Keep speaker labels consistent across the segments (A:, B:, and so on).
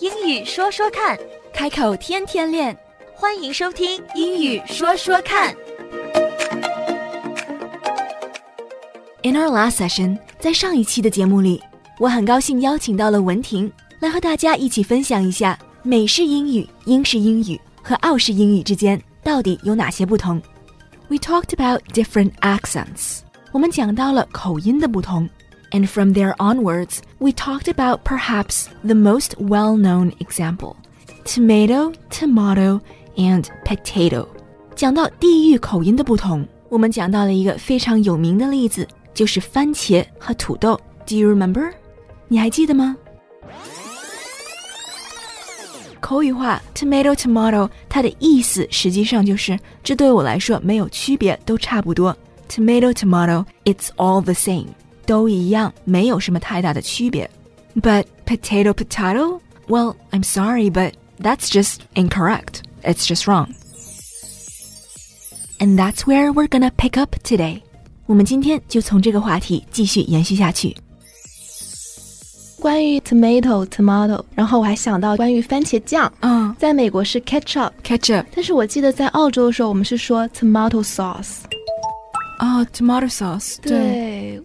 A: 英语说说看，
B: 开口天天练。
A: 欢迎收听《英语说说看》。
B: In our last session，在上一期的节目里，我很高兴邀请到了文婷来和大家一起分享一下美式英语、英式英语和澳式英语之间到底有哪些不同。We talked about different accents，我们讲到了口音的不同。And from there onwards, we talked about perhaps the most well-known example: tomato, tomato, and potato。讲到地域口音的不同，我们讲到了一个非常有名的例子，就是番茄和土豆。Do you remember？你还记得吗？口语化 tomato tomato，它的意思实际上就是这对我来说没有区别，都差不多。Tomato tomato，it's all the same，都一样，没有什么太大的区别。But potato potato，well I'm sorry，but that's just incorrect. It's just wrong. And that's where we're gonna pick up today. 我们今天就从这个话题继续延续下去。
C: 关于 tomato tomato，然后我还想到关于番茄酱，
B: 嗯
C: 在美国是 ketchup，
B: ，ketchup，
C: 但是我记得在澳洲的时候，我们是说 tomato sauce。
B: 哦，tomato sauce，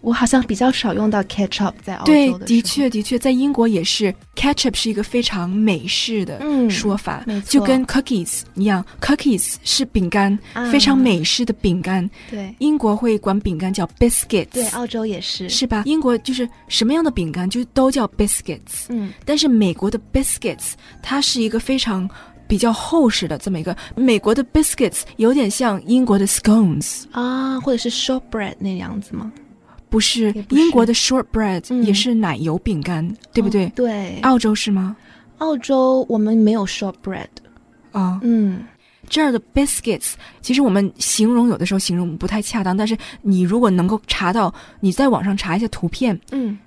C: 我好像比较少用到 ketchup 在澳洲
B: 对，
C: 的
B: 的
C: 时候，
B: 确，的确，在英国也是，ketchup 是一个非常美式的
C: 嗯
B: 说法，
C: 没
B: 就
C: 错
B: 跟 cookies 一样，cookies 是饼干，
C: 啊
B: 非常美式的饼干。
C: 对
B: 英国会管饼干叫 biscuits，
C: 对，澳洲也是，
B: 是吧？英国就是什么样的饼干就都叫 biscuits，
C: 嗯，
B: 但是美国的 biscuits 它是一个非常比较厚实的这么一个，美国的 biscuits 有点像英国的 scones，
C: 啊，或者是 shortbread 那样子吗？
B: 不是
C: 也不是
B: 英国的 shortbread、
C: 嗯
B: 也是奶油饼干，对不对？啊
C: 哦对，
B: 澳洲是吗？
C: 澳洲我们没有 shortbread，
B: 啊、
C: 嗯，
B: 这儿的 biscuits，其实我们形容有的时候形容不太恰当，但是你如果能够查到，你在网上查一下图片，
C: 嗯，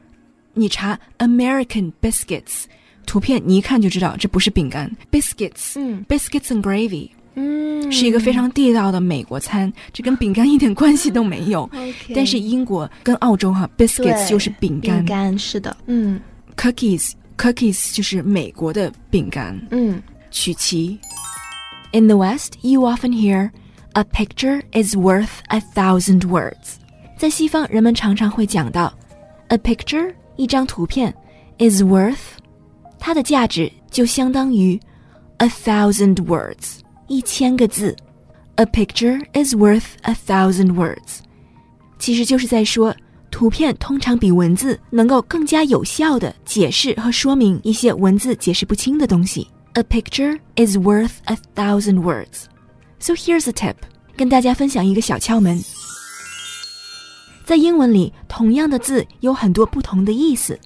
B: 你查 American biscuits，图片你一看就知道这不是饼干，biscuits。
C: 嗯
B: Biscuits and gravy
C: 嗯，
B: 是一个非常地道的美国餐，这跟饼干一点关系都没有。
C: OK，
B: 但是英国跟澳洲哈，biscuits
C: 嗯对
B: 就是饼干
C: 饼干是的，嗯
B: c o o k i e s cookies 就是美国的饼干。
C: 嗯，
B: 曲奇。In the West, you often hear, "A picture is worth a thousand words." 在西方，人们常常会讲到，"A picture" 一张图片 "is worth" 它的价值就相当于 "a thousand words" 一千个字。"A picture is worth a thousand words." 其实就是在说，图片通常比文字能够更加有效地解释和说明一些文字解释不清的东西。A picture is worth a thousand words. So here's a tip，跟大家分享一个小窍门。在英文里，同样的字有很多不同的意思，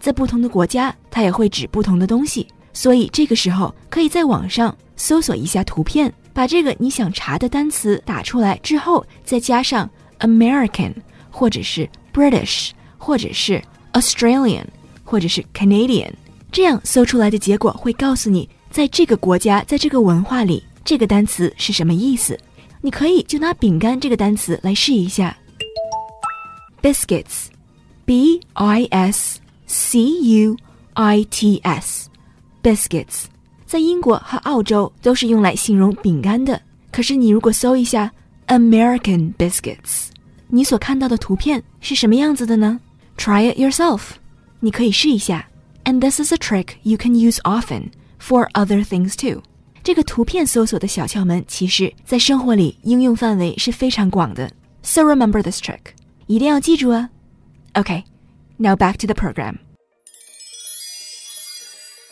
B: 在不同的国家，它也会指不同的东西。所以这个时候，可以在网上搜索一下图片，把这个你想查的单词打出来之后，再加上 American，或者是 British，或者是 Australian，或者是 Canadian，这样搜出来的结果会告诉你，在这个国家，在这个文化里，这个单词是什么意思。你可以就拿饼干这个单词来试一下，biscuits。B I S C U I T S biscuits，在英国和澳洲都是用来形容饼干的。可是你如果搜一下 American biscuits，你所看到的图片是什么样子的呢？Try it yourself，你可以试一下。And this is a trick you can use often for other things too。这个图片搜索的小窍门，其实在生活里应用范围是非常广的。So remember this trick，一定要记住啊。Okay, now back to the program.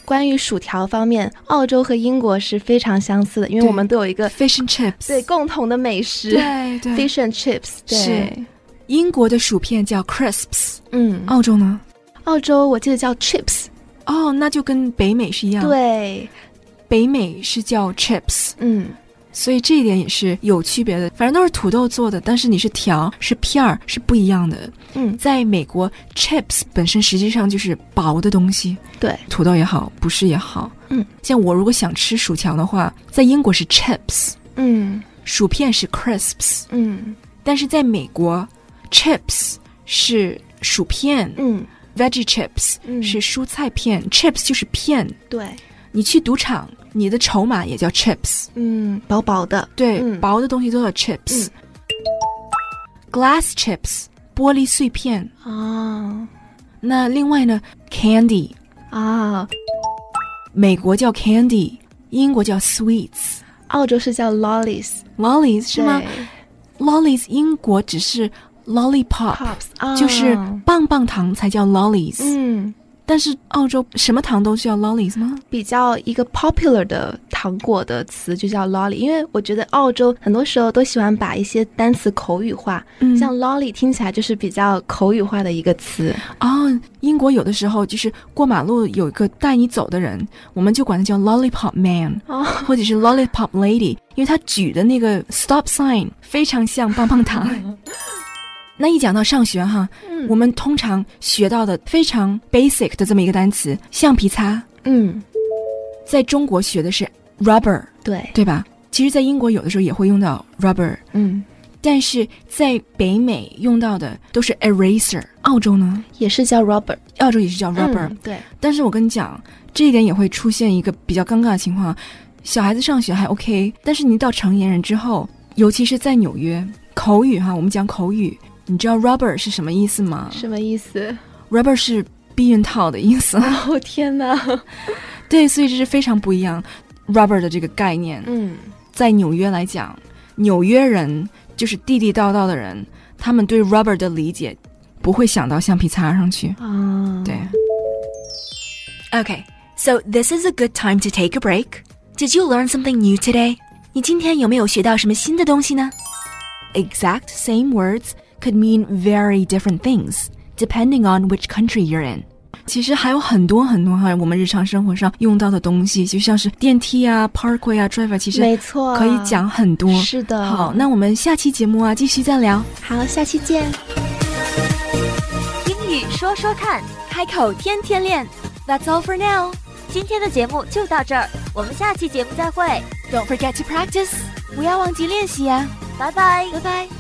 C: 关于薯条方面，澳洲和英国是非常相似的，因为
B: 对
C: 我们都有一个
B: Fish and chips.
C: 对共同的美食
B: 对对
C: fish and chips，
B: 是
C: 对，
B: 英国的薯片叫 crisps，
C: 嗯，
B: 澳洲呢？
C: 澳洲我记得叫 chips，
B: 哦，那就跟北美是一样。，
C: 对，
B: 北美是叫 chips，
C: 嗯，
B: 所以这一点也是有区别的。反正都是土豆做的，但是你是条是片儿是不一样的。
C: 嗯
B: 在美国，chips 本身实际上就是薄的东西，
C: 对，
B: 土豆也好，不是也好。
C: 嗯，
B: 像我如果想吃薯条的话，在英国是 chips，
C: 嗯
B: 薯片是 crisps。
C: 嗯
B: 但是在美国，chips 是薯片，
C: 嗯
B: veggie chips、
C: 嗯
B: 是蔬菜片，chips 就是片。
C: 对，
B: 你去赌场，你的筹码也叫 chips，
C: 嗯，薄薄的，
B: 对，
C: 嗯
B: 薄的东西都叫 chips、
C: 嗯
B: glass chips 玻璃碎片。哦
C: 啊
B: 那另外呢，candy
C: 啊，
B: 美国叫 candy，英国叫 sweets。
C: 澳洲是叫 lollies
B: lollies 是吗
C: 对
B: ？lollies 英国只是 lollipop，、
C: ？pops 啊，
B: 哦就是棒棒糖才叫 lollies，、
C: 嗯，
B: 但是澳洲什么糖都叫 lollies 吗？
C: 比较一个 popular 的糖果的词就叫 lolly，因为我觉得澳洲很多时候都喜欢把一些单词口语化，
B: 嗯
C: 像 lolly 听起来就是比较口语化的一个词。
B: 哦，英国有的时候就是过马路有一个带你走的人，我们就管他叫 lollipop man
C: 哦
B: 或者是 lollipop lady，因为他举的那个 stop sign 非常像棒棒糖。 那一讲到上学哈，
C: 嗯
B: 我们通常学到的非常 basic 的这么一个单词，橡皮擦，
C: 嗯，
B: 在中国学的是 rubber，
C: 对，
B: 对吧？其实，在英国有的时候也会用到 rubber，
C: 嗯，
B: 但是在北美用到的都是 eraser。澳洲呢，
C: 也是叫 rubber
B: 澳洲也是叫 rubber，、
C: 嗯对，
B: 但是我跟你讲，这一点也会出现一个比较尴尬的情况：小孩子上学还 OK，但是你到成年人之后，尤其是在纽约，口语哈，我们讲口语，你知道 rubber 是什么意思吗
C: 什么意思？
B: ？rubber 是避孕套的意思，
C: 哦天哪！
B: 对，所以这是非常不一样 rubber 的这个概念。
C: 嗯，
B: 在纽约来讲，纽约人就是地地道道的人，他们对 rubber 的理解不会想到橡皮擦上去。
C: 啊，
B: 对，
A: Okay, so this is a good time to take a break. Did you learn something new today? 你今天有没有学到什么新的东西呢？
B: exact same words could mean very different things depending on which country you're in. 其实还有很多很多哈，我们日常生活上用到的东西，就像是电梯啊、parkway 啊、driver，其实
C: 没错，啊
B: 可以。讲很多。
C: 是的，
B: 好，那我们下期节目啊，继续再聊。
C: 好，下期见。
A: 英语说说看，开口天天练。That's all for now. 今天的节目就到这儿，我们下期节目再会，
B: Don't forget to practice.
A: 啊不要忘记练习呀、拜拜，拜拜。